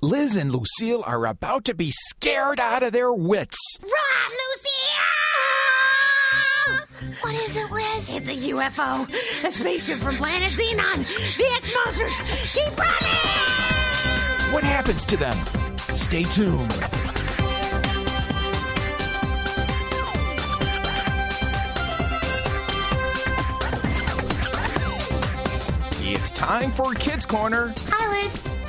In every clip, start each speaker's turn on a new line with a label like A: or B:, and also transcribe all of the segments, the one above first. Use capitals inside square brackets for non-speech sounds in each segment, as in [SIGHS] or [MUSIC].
A: Liz and Lucille are about to be scared out of their wits.
B: Run, Lucille!
C: What is it, Liz?
B: It's a UFO, a spaceship from planet Xenon. The X monsters keep running!
A: What happens to them? Stay tuned. It's time for Kids Corner.
C: Hi, Liz.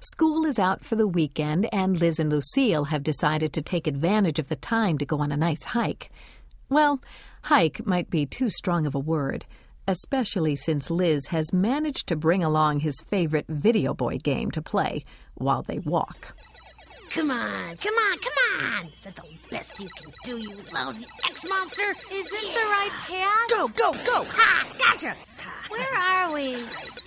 D: School is out for the weekend, and Liz and Lucille have decided to take advantage of the time to go on a nice hike. Well, hike might be too strong of a word, especially since Liz has managed to bring along his favorite video boy game to play while they walk.
B: Come on, come on, come on! Is that the best you can do, you lousy X monster?
C: Is this yeah. the right path?
B: Go, go, go! Ha! Gotcha!
C: Where are we?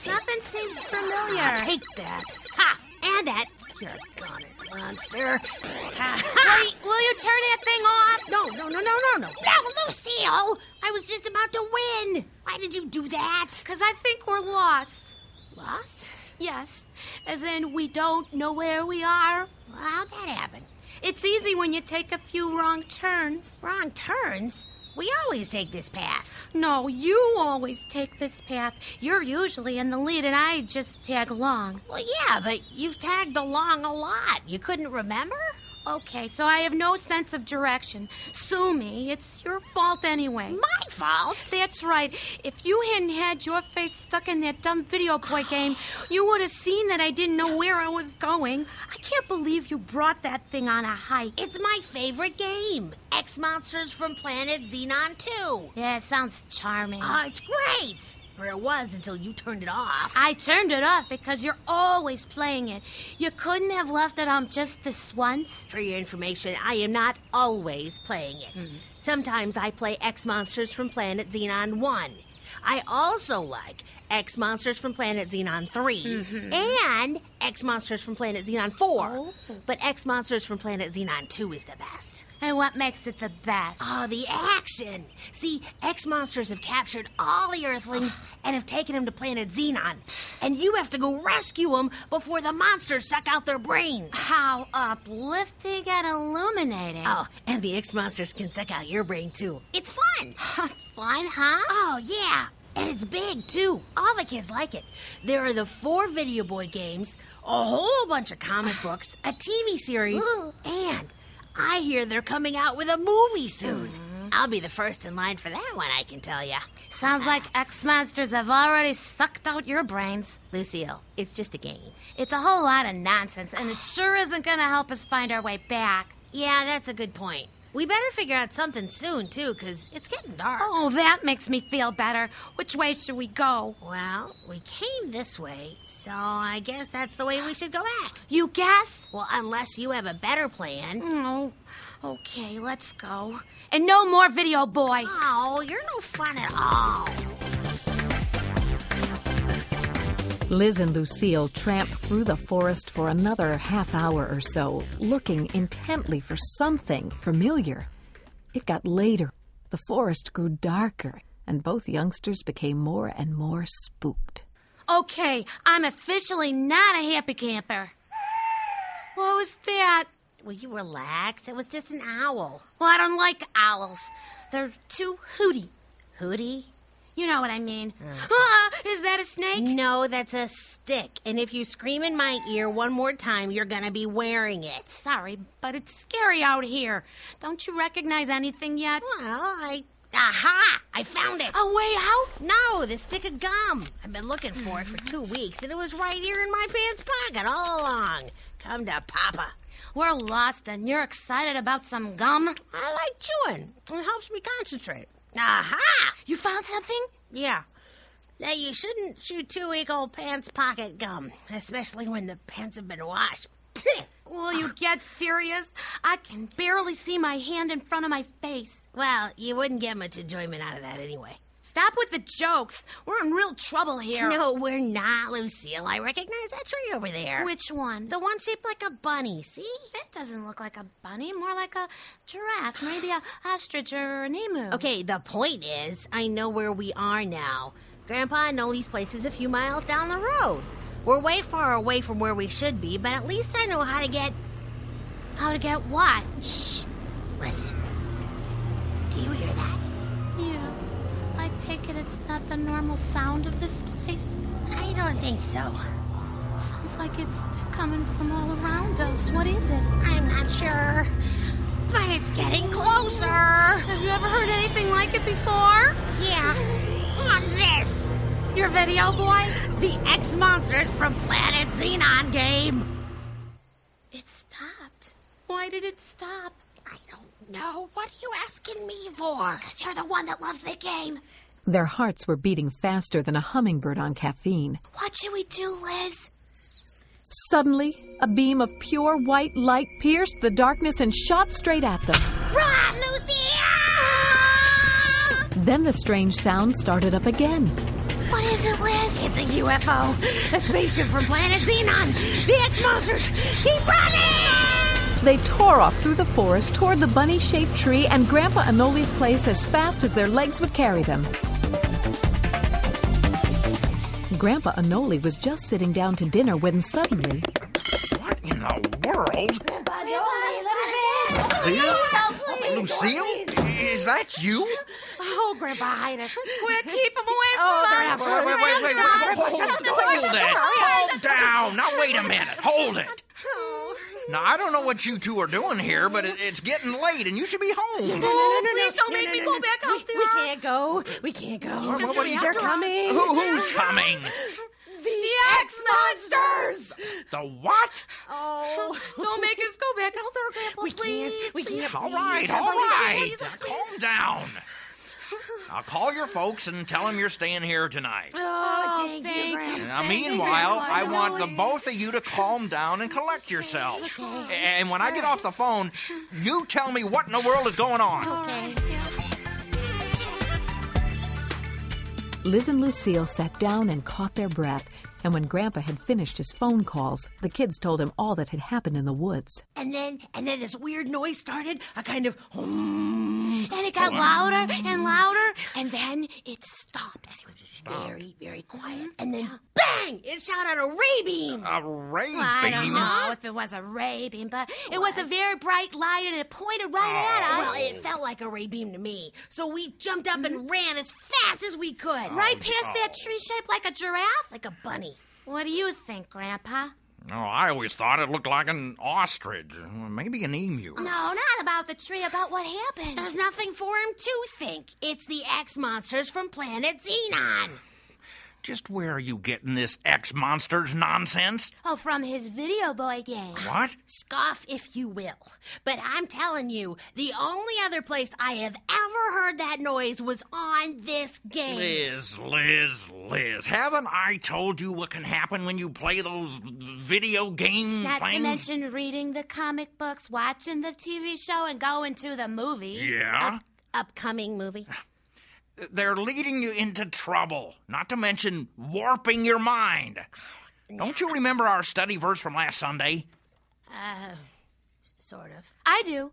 C: Nothing seems familiar.
B: I'll take that. Ha! And that. You're a goner, monster.
C: Wait, will you turn that thing off?
B: No, no, no, no, no, no. No, Lucille! I was just about to win. Why did you do that?
C: Because I think we're lost.
B: Lost?
C: Yes. As in, we don't know where we are.
B: Well, how'd that happen?
C: It's easy when you take a few wrong turns.
B: Wrong turns? We always take this path.
C: No, you always take this path. You're usually in the lead, and I just tag along.
B: Well, yeah, but you've tagged along a lot. You couldn't remember?
C: Okay, so I have no sense of direction. Sue me. It's your fault anyway.
B: My fault?
C: That's right. If you hadn't had your face stuck in that dumb video [SIGHS] boy game, you would have seen that I didn't know where I was going. I can't believe you brought that thing on a hike.
B: It's my favorite game X Monsters from Planet Xenon 2.
C: Yeah, it sounds charming.
B: Oh, it's great! Or it was until you turned it off.
C: I turned it off because you're always playing it. You couldn't have left it on just this once.
B: For your information, I am not always playing it. Mm-hmm. Sometimes I play X Monsters from Planet Xenon 1. I also like X Monsters from Planet Xenon 3 mm-hmm. and X Monsters from Planet Xenon 4. Oh. But X Monsters from Planet Xenon 2 is the best.
C: And what makes it the best?
B: Oh, the action! See, X monsters have captured all the [SIGHS] Earthlings and have taken them to planet Xenon. And you have to go rescue them before the monsters suck out their brains.
C: How uplifting and illuminating. [LAUGHS]
B: Oh, and the X monsters can suck out your brain, too. It's fun!
C: fun, huh?
B: Oh, yeah. And it's big, too. All the kids like it. There are the four video boy games, a whole bunch of comic books, a TV series, Ooh. and. I hear they're coming out with a movie soon. Mm-hmm. I'll be the first in line for that one, I can tell you.
C: Sounds like X Monsters have already sucked out your brains.
B: Lucille, it's just a game.
C: It's a whole lot of nonsense, and it sure isn't going to help us find our way back.
B: Yeah, that's a good point. We better figure out something soon, too, because it's getting dark.
C: Oh, that makes me feel better. Which way should we go?
B: Well, we came this way, so I guess that's the way we should go back.
C: You guess?
B: Well, unless you have a better plan.
C: No. Oh, okay, let's go. And no more video boy.
B: Oh, you're no fun at all.
D: Liz and Lucille tramp through the forest for another half hour or so, looking intently for something familiar. It got later. The forest grew darker, and both youngsters became more and more spooked.
C: Okay, I'm officially not a happy camper. What was that?
B: Will you relax? It was just an owl.
C: Well, I don't like owls. They're too hooty.
B: Hooty?
C: You know what I mean. Uh, ah, is that a snake?
B: No, that's a stick. And if you scream in my ear one more time, you're going to be wearing it.
C: Sorry, but it's scary out here. Don't you recognize anything yet?
B: Well, Oh, I. Aha! I found it!
C: Oh,
B: wait, how? No, the stick of gum. I've been looking for it for two weeks, and it was right here in my pants pocket all along. Come to Papa.
C: We're lost, and you're excited about some gum?
B: I like chewing, it helps me concentrate. Aha!
C: You found something?
B: Yeah. Now, you shouldn't chew two-week-old pants pocket gum, especially when the pants have been washed. [LAUGHS]
C: Will you get serious? I can barely see my hand in front of my face.
B: Well, you wouldn't get much enjoyment out of that anyway.
C: Stop with the jokes. We're in real trouble here.
B: No, we're not, Lucille. I recognize that tree over there.
C: Which one?
B: the one shaped like a bunny, see?
C: that doesn't look like a bunny, more like a giraffe, maybe a ostrich or an emu.
B: Okay, the point is, I know where we are now. Grandpa Noli's place is a few miles down the road. We're way far away from where we should be, but at least I know how to get.
C: How to get what?
B: Shh! Listen. Do you hear that?
C: Yeah. I take it it's not the normal sound of this place.
B: I don't think so.
C: Sounds like it's coming from all around us. What is it?
B: I'm not sure. But it's getting closer.
C: Have you ever heard anything like it before?
B: Yeah. On this.
C: Your video boy?
B: The X monsters from Planet Xenon game.
C: It stopped. Why did it stop?
B: I don't know. What are you asking me for? Because you're the one that loves the game.
D: Their hearts were beating faster than a hummingbird on caffeine.
C: What should we do, Liz?
D: Suddenly, a beam of pure white light pierced the darkness and shot straight at them.
B: Run,
C: Ah!
B: Lucia!
D: Then the strange sound started up again.
B: What is it, Liz? It's a UFO, a spaceship from planet Xenon. The X monsters keep running!
D: They tore off through the forest toward the bunny shaped tree and Grandpa Anoli's place as fast as their legs would carry them. Grandpa Anoli was just sitting down to dinner when suddenly
E: What in the world? Liz? Lucille? Is that you?
B: Oh, Grandpa, hide us.
C: We'll keep him away from
B: Oh, they're
C: us.
B: after us. Wait, wait, wait, wait,
E: wait,
B: wait,
E: Hold,
B: shut the door, shut
E: hold
B: the
E: it.
B: door.
E: Calm down. Now, wait a minute. Hold it. Now, I don't know what you two are doing here, but it, it's getting late and you should be home.
C: Please don't make me go back out
B: We,
C: there.
B: we can't go. We can't go.
E: what- what are you
B: They're
E: doing?
B: coming.
E: Who, who's coming?
B: The
C: X monsters.
E: The what?
B: Oh.
C: [LAUGHS] Don't make us go back out there, Grandpa.
B: We
C: please.
B: can't. We can't.
E: All
B: please.
E: right, all right. Calm down. I'll call your folks and tell them you're staying here tonight.
C: Oh,
B: thank you,
C: thank
B: Grandpa.
C: you.
E: Now,
C: thank you,
E: meanwhile,
C: Grandpa
E: I want the
C: Noli.
E: both of you to calm down and collect yourselves. And when I get off the phone, you tell me what in the world is going on.
C: Okay.
D: Liz and Lucille sat down and caught their breath. And when Grandpa had finished his phone calls, the kids told him all that had happened in the woods.
B: And then, and then this weird noise started. A kind of.
C: And it got louder and louder, and then it stopped.
B: It was very, very quiet. And then, bang! It shot out a ray beam.
E: A ray beam?
C: I don't know if it was a ray beam, but it was a very bright light and it pointed right at us.
B: Well, it felt like a ray beam to me. So we jumped up and ran as fast as we could.
C: right past that tree shaped like a giraffe.
B: Like a bunny.
C: What do you think, Grandpa?
E: No, Oh, I always thought it looked like an ostrich, maybe an emu.
C: No, not about the tree, about what happened.
B: There's nothing for him to think. It's the X monsters from planet Xenon.
E: Just where are you getting this X monsters nonsense?
C: Oh, from his video boy game.
E: What?
B: Scoff if you will. But I'm telling you, the only other place I have ever heard that noise was on this game.
E: Liz, Liz, Liz, haven't I told you what can happen when you play those video game
C: Not
E: things?
C: to mention reading the comic books, watching the TV show, and going to the movie.
E: yeah?
B: Upcoming
E: [SIGHS]
B: movie.
E: They're leading you into trouble, not to mention warping your mind. Don't you remember our study verse from last Sunday?
B: Sort of.
C: I do.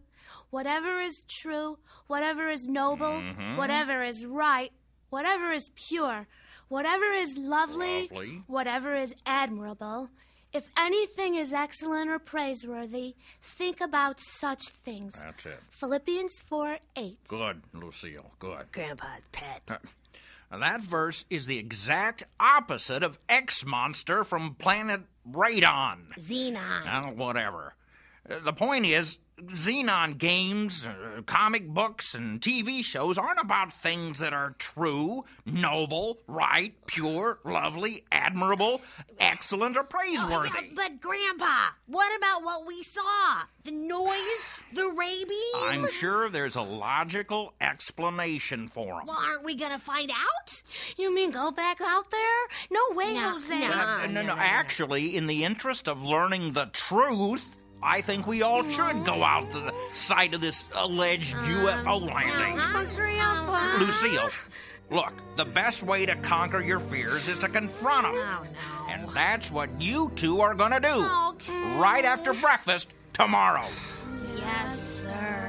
C: Whatever is true, whatever is noble,
E: Mm-hmm.
C: whatever is right, whatever is pure, whatever is lovely,
E: Lovely.
C: whatever is admirable, if anything is excellent or praiseworthy, think about such things.
E: That's it.
C: Philippians 4 8.
E: Good, Lucille, good.
B: Grandpa's pet.
E: Uh. Now, that verse is the exact opposite of X Monster from planet Radon.
B: Xenon.
E: Now, whatever. Uh, The point is, Xenon games, uh, comic books, and TV shows aren't about things that are true, noble, right, pure, lovely, admirable, excellent, or praiseworthy.
B: Yeah, but Grandpa, what about what we saw? The noise, the rabies.
E: I'm sure there's a logical explanation for them.
B: well, aren't we gonna find out?
C: You mean go back out there? No way,
B: No,
C: Jose.
B: no.
E: Uh, no, no, actually, in the interest of learning the truth, I think we all should go out to the site of this alleged
B: Um,
E: UFO landing.
B: uh-huh.
C: Hungry, Alpha.
E: Lucille, look, the best way to conquer your fears is to confront them.
B: Oh no.
E: And that's what you two are going to do
B: Okay.
E: right after breakfast tomorrow.
B: Yes, sir.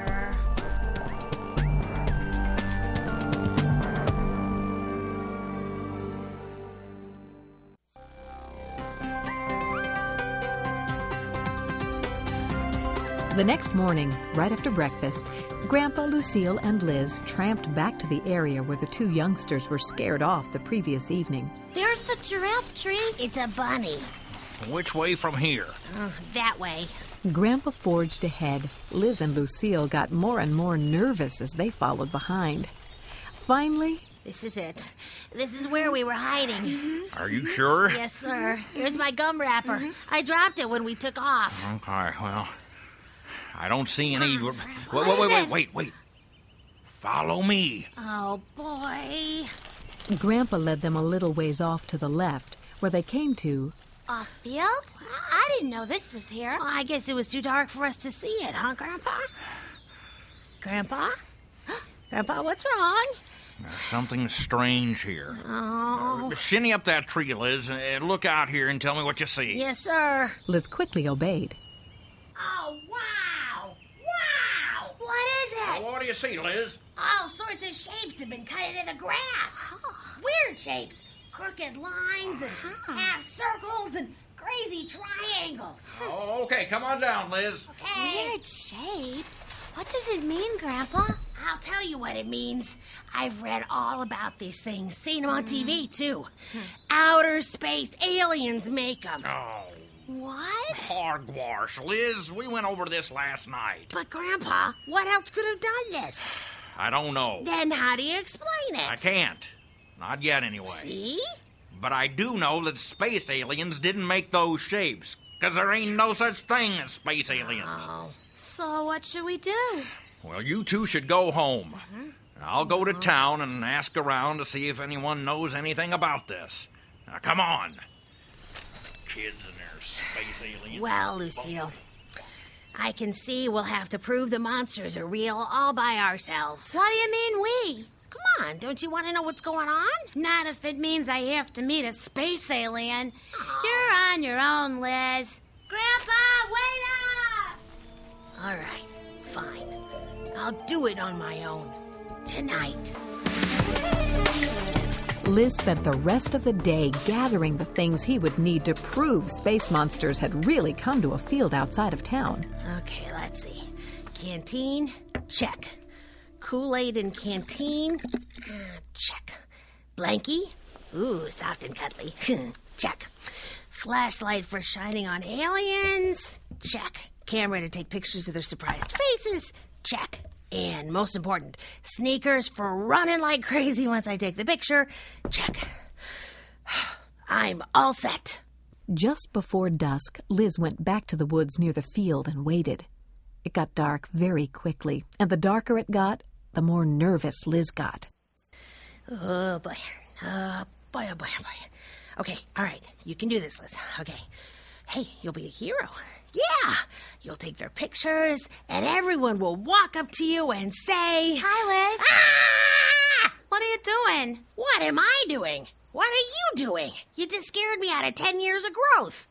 D: The next morning, right after breakfast, Grandpa, Lucille, and Liz tramped back to the area where the two youngsters were scared off the previous evening.
C: There's the giraffe tree.
B: It's a bunny. Uh,
E: Which way from here?
B: That way.
D: Grandpa forged ahead. Liz and Lucille got more and more nervous as they followed behind. Finally,
B: This is it. This is where we were hiding.
E: Are you sure?
B: Yes, sir. Here's my gum wrapper. I dropped it when we took off.
E: Okay, well, I don't see any. Wait,
C: is
E: wait, wait, wait,
C: it?
E: wait, wait. Follow me.
B: Oh boy.
D: Grandpa led them a little ways off to the left, where they came to
C: A field? I didn't know this was here.
B: Well, I guess it was too dark for us to see it, huh, Grandpa? Grandpa? [GASPS] Grandpa, what's wrong?
E: There's something strange here. Oh. Shinny up that tree, Liz, and look out here and tell me what you see.
B: Yes, sir.
D: Liz quickly obeyed.
B: Oh, wow! Wow! What is it?
E: What do you see, Liz?
B: All sorts of shapes have been cut into the grass. Weird shapes. Crooked lines and half circles and crazy triangles.
E: Oh, okay, come on down, Liz.
B: Hey,
C: Weird shapes. What does it mean, Grandpa?
B: I'll tell you what it means. I've read all about these things, seen
E: Mm.
B: them on TV too. Outer space aliens make them.
E: Hmm. Oh,
C: What?
E: hogwash, Liz. We went over this last night.
B: But, Grandpa, what else could have done this?
E: I don't know.
B: Then how do you explain it?
E: I can't. Not yet, anyway.
B: See?
E: But I do know that space aliens didn't make those shapes, because there ain't no such thing as space aliens.
C: So what should we do?
E: Well, you two should go home. I'll go to town and ask around to see if anyone knows anything about this. Now, come on. Kids and their space aliens.
B: Well, Lucille, I can see we'll have to prove the monsters are real all by ourselves.
C: What do you mean
B: Come on, don't you want to know what's going on?
C: we? Not if it means I have to meet a space alien. You're on your own, Liz. Grandpa, wait up!
B: All right, fine. I'll do it on my own. Tonight.
D: Liz spent the rest of the day gathering the things he would need to prove space monsters had really come to a field outside of town.
B: Okay, let's see. Canteen, check. Kool Aid and canteen, uh, check. Blankie, ooh, soft and cuddly, [LAUGHS] check. Flashlight for shining on aliens, check. Camera to take pictures of their surprised faces, check. And most important, sneakers for running like [LAUGHS] crazy once I take the picture, check. [SIGHS] I'm all set.
D: Just before dusk, Liz went back to the woods near the field and waited. It got dark very quickly, and the darker it got, the more nervous Liz got.
B: Oh boy. Oh boy, oh boy, oh boy. Okay, all right. You can do this, Liz. Okay. Hey, you'll be a hero. Yeah! You'll take their pictures, and everyone will walk up to you and say,
C: Hi, Liz.
B: Ah!
C: What are you doing?
B: What am I doing? What are you doing? You just scared me out of 10 years of growth.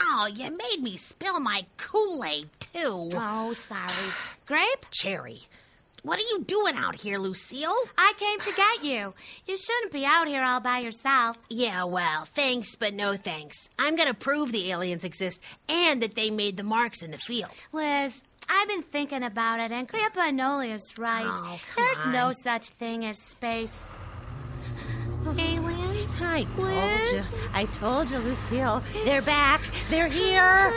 B: Oh, you made me spill my Kool Aid, too.
C: Oh, sorry. Grape,
B: Cherry. What are you doing out here, Lucille?
C: I came to get you. You shouldn't be out here all by yourself.
B: Yeah, well, thanks, but no thanks. I'm gonna prove the aliens exist and that they made the marks in the field.
C: Liz, I've been thinking about it, and Grandpa Noli is right.
B: Oh, come
C: There's no
B: on.
C: such thing as space aliens.
B: I told you.
C: Liz?
B: I told you, Lucille. They're back. They're here.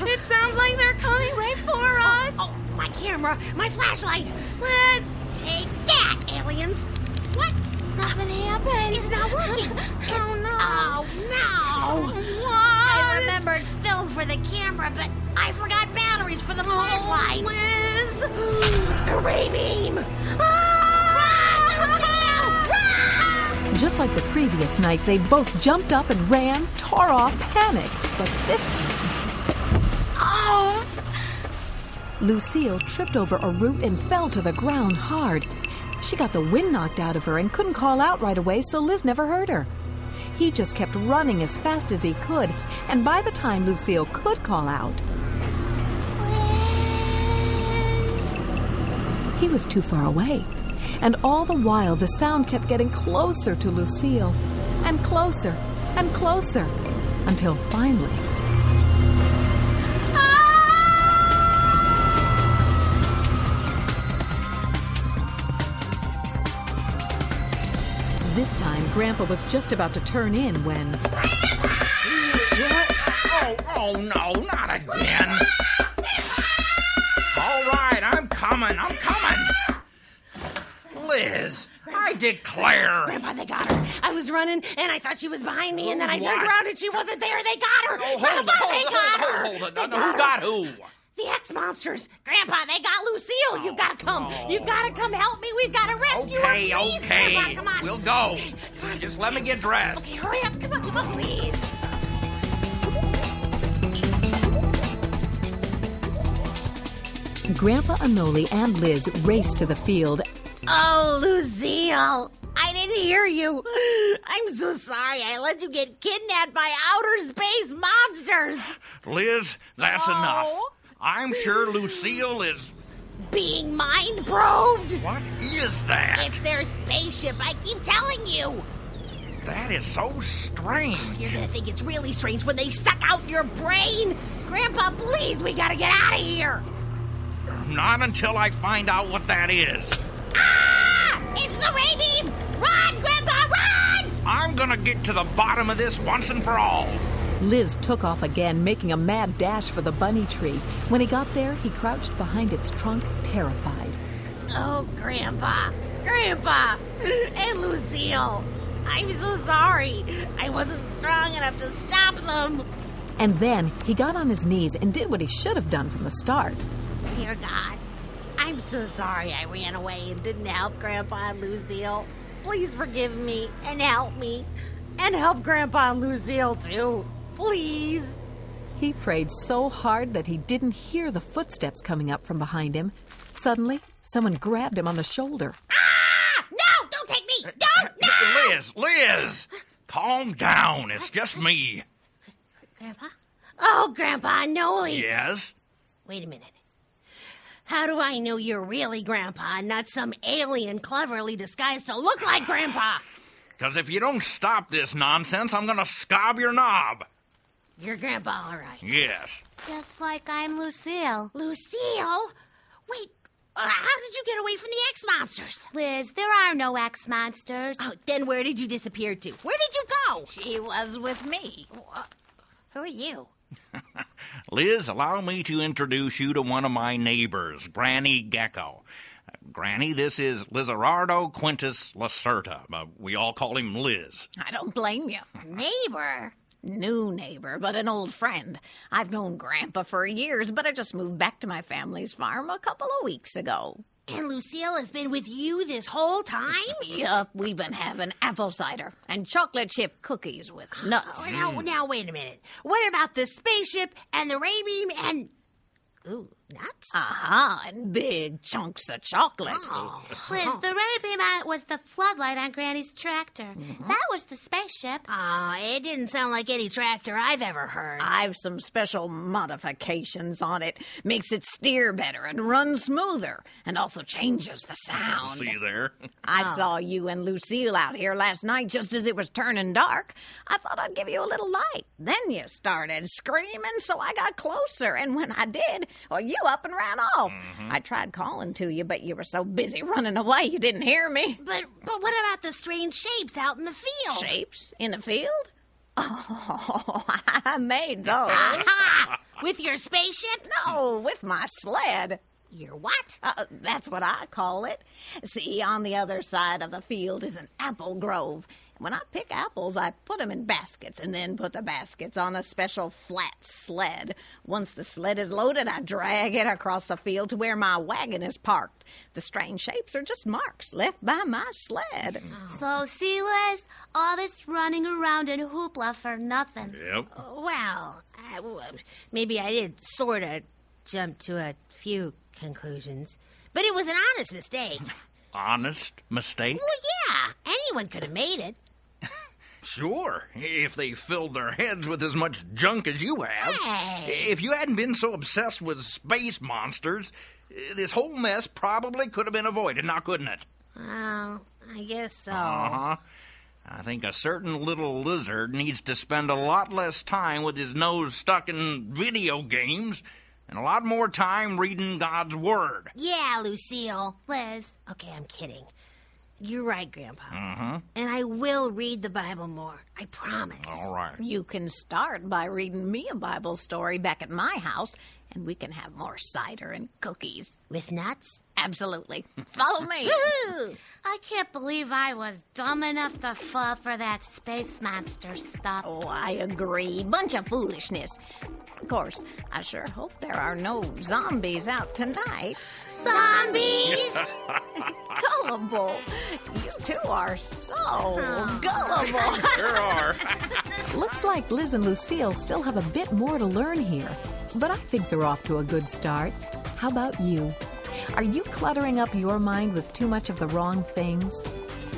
C: It sounds like they're coming right for us.
B: Oh, my camera, my flashlight. Liz, take that, aliens. What?
C: Nothing happened.
B: It's not working.
C: Oh no.
B: Oh, no.
C: What?
B: I remember it's film for the camera, but I forgot batteries for the flashlight.
C: Oh,
B: [GASPS]
C: Liz.
B: the ray beam. Ah! Run, Lucille, run!
D: Just like the previous night, they both jumped up and ran, tore off, panicked. But this time,
C: Oh.
D: Lucille tripped over a root and fell to the ground hard. She got the wind knocked out of her and couldn't call out right away, so Liz never heard her. He just kept running as fast as he could, and by the time Lucille could call out, he was too far away. And all the while, the sound kept getting closer to Lucille, and closer, and closer, until finally, Ah! This time, Grandpa was just about to turn in when
E: Oh, oh no, not again. All right, I'm coming, I'm coming. Liz, I declare.
B: Grandpa, they got her. I was running, and I thought she was behind me, and then I turned
E: What?
B: around, and she wasn't there. They got her.
E: Oh, hold
B: Grandpa,
E: on, hold
B: they
E: on,
B: got
E: hold
B: her.
E: on, hold
B: They
E: on. Who
B: her.
E: got who?
B: The X monsters. Grandpa, they got Lucille. You've got to come. You've got to come help me. We've got to rescue
E: Oh, Okay,
B: her. Please,
E: okay.
B: Grandpa, come on.
E: We'll go. Just let me get dressed.
B: Okay, hurry up. Come on, come on, please.
D: Grandpa Anoli and Liz raced to the field
B: Oh, Lucille. I didn't hear you. [GASPS] I'm so sorry. I let you get kidnapped by outer space monsters.
E: Liz, that's enough. I'm sure Lucille is.
B: Being mind probed.
E: What is that?
B: It's their spaceship. I keep telling you.
E: That is so strange.
B: You're gonna think it's really strange when they suck out your brain. Grandpa, please, we gotta get out of here.
E: Not until I find out what that is.
B: Ah! It's the ray beam. Run, Grandpa, run!
E: I'm gonna get to the bottom of this once and for all.
D: Liz took off again, making a mad dash for the bunny tree. When he got there, he crouched behind its trunk, terrified.
B: Oh, Grandpa, Grandpa, [LAUGHS] and Lucille. I'm so sorry. I wasn't strong enough to stop them.
D: And then he got on his knees and did what he should have done from the start.
B: Dear God, I'm so sorry I ran away and didn't help Grandpa and Lucille. Please forgive me and help me. And help Grandpa and Lucille too. Please.
D: He prayed so hard that he didn't hear the footsteps coming up from behind him. Suddenly, someone grabbed him on the shoulder.
B: No, don't take me. Don't. No.
E: Liz, Liz, calm down. It's just me.
B: Grandpa? Oh, Grandpa Noli.
E: Yes?
B: Wait a minute. How do I know you're really Grandpa and not some alien cleverly disguised to look like Grandpa?
E: Because if you don't stop this nonsense, I'm gonna scob your knob.
B: You're Grandpa, all right.
E: Yes.
C: Just like I'm Lucille.
B: Lucille? Wait, uh, how did you get away from the X monsters?
C: Liz, there are no X monsters.
B: Oh, then where did you disappear to? Where did you go? She was with me. Who are you?
E: Liz, allow me to introduce you to one of my neighbors, Granny Gecko. Uh, Granny, this is Lizarardo Quintus Lacerta. but we all call him Liz.
F: I don't blame you.
B: Neighbor.
F: New neighbor, but an old friend. I've known Grandpa for years, but I just moved back to my family's farm a couple of weeks ago.
B: And Lucille has been with you this whole time?
F: [LAUGHS] Yup, we've been having apple cider and chocolate chip cookies with
B: Oh,
F: nuts.
B: now, now, wait a minute. What about the spaceship and the ray beam and. Ooh, nuts?
F: Aha, and big chunks of chocolate.
B: Uh-huh.
C: Liz, the ray beam out was the floodlight on Granny's tractor.
B: Mm-hmm.
C: That was the spaceship.
B: Aw, it didn't sound like any tractor I've ever heard.
F: I've some special modifications on it. Makes it steer better and run smoother, and also changes the sound.
E: See you there.
F: I saw you and Lucille out here last night just as it was turning dark. I thought I'd give you a little light. Then you started screaming, so I got closer. And when I did, well, you you up and ran off. I tried calling to you, but you were so busy running away you didn't hear me.
B: But but what about the strange shapes out in the field?
F: Shapes in the field? [LAUGHS] Oh, I made those.
B: Aha! With your spaceship?
F: No, with my sled.
B: Your what?
F: Uh, that's what I call it. See, on the other side of the field is an apple grove. When I pick apples, I put them in baskets and then put the baskets on a special flat sled. Once the sled is loaded, I drag it across the field to where my wagon is parked. The strange shapes are just marks left by my sled.
C: So, see, Liz, all this running around in hoopla for nothing.
G: Yep.
B: Well, I, w- maybe I did sort of jump to a few conclusions, but it was an honest mistake.
E: Honest mistake?
B: Well, yeah, anyone could have made it.
E: Sure, if they filled their heads with as much junk as you have.
B: Hey.
E: If you hadn't been so obsessed with space monsters, eh, this whole mess probably could have been avoided, now couldn't it?
B: Well, Oh, I guess so.
E: Uh huh. I think a certain little lizard needs to spend a lot less time with his nose stuck in video games and a lot more time reading God's Word.
B: Yeah, Lucille. Liz. Okay, I'm kidding. You're right, Grandpa. Uh-huh. And I will read the Bible more. I promise.
E: All right.
F: You can start by reading me a Bible story back at my house, and we can have more cider and cookies.
B: With nuts?
F: Absolutely. Follow me.
C: I can't believe I was dumb enough to fall for that space monster stuff.
F: Oh, I agree. Bunch of foolishness. Of course, I sure hope there are no zombies out tonight.
B: Zombies!
F: [LAUGHS] Gullible. You two are so gullible.
E: There are.
D: Looks like Liz and Lucille still have a bit more to learn here, but I think they're off to a good start. How about you? Are you cluttering up your mind with too much of the wrong things?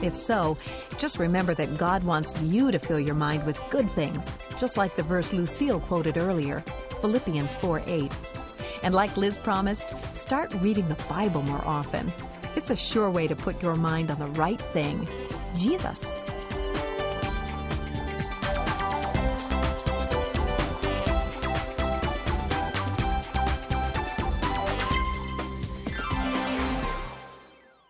D: If so, just remember that God wants you to fill your mind with good things, just like the verse Lucille quoted earlier, Philippians 4 8. And like Liz promised, start reading the Bible more often. It's a sure way to put your mind on the right thing Jesus.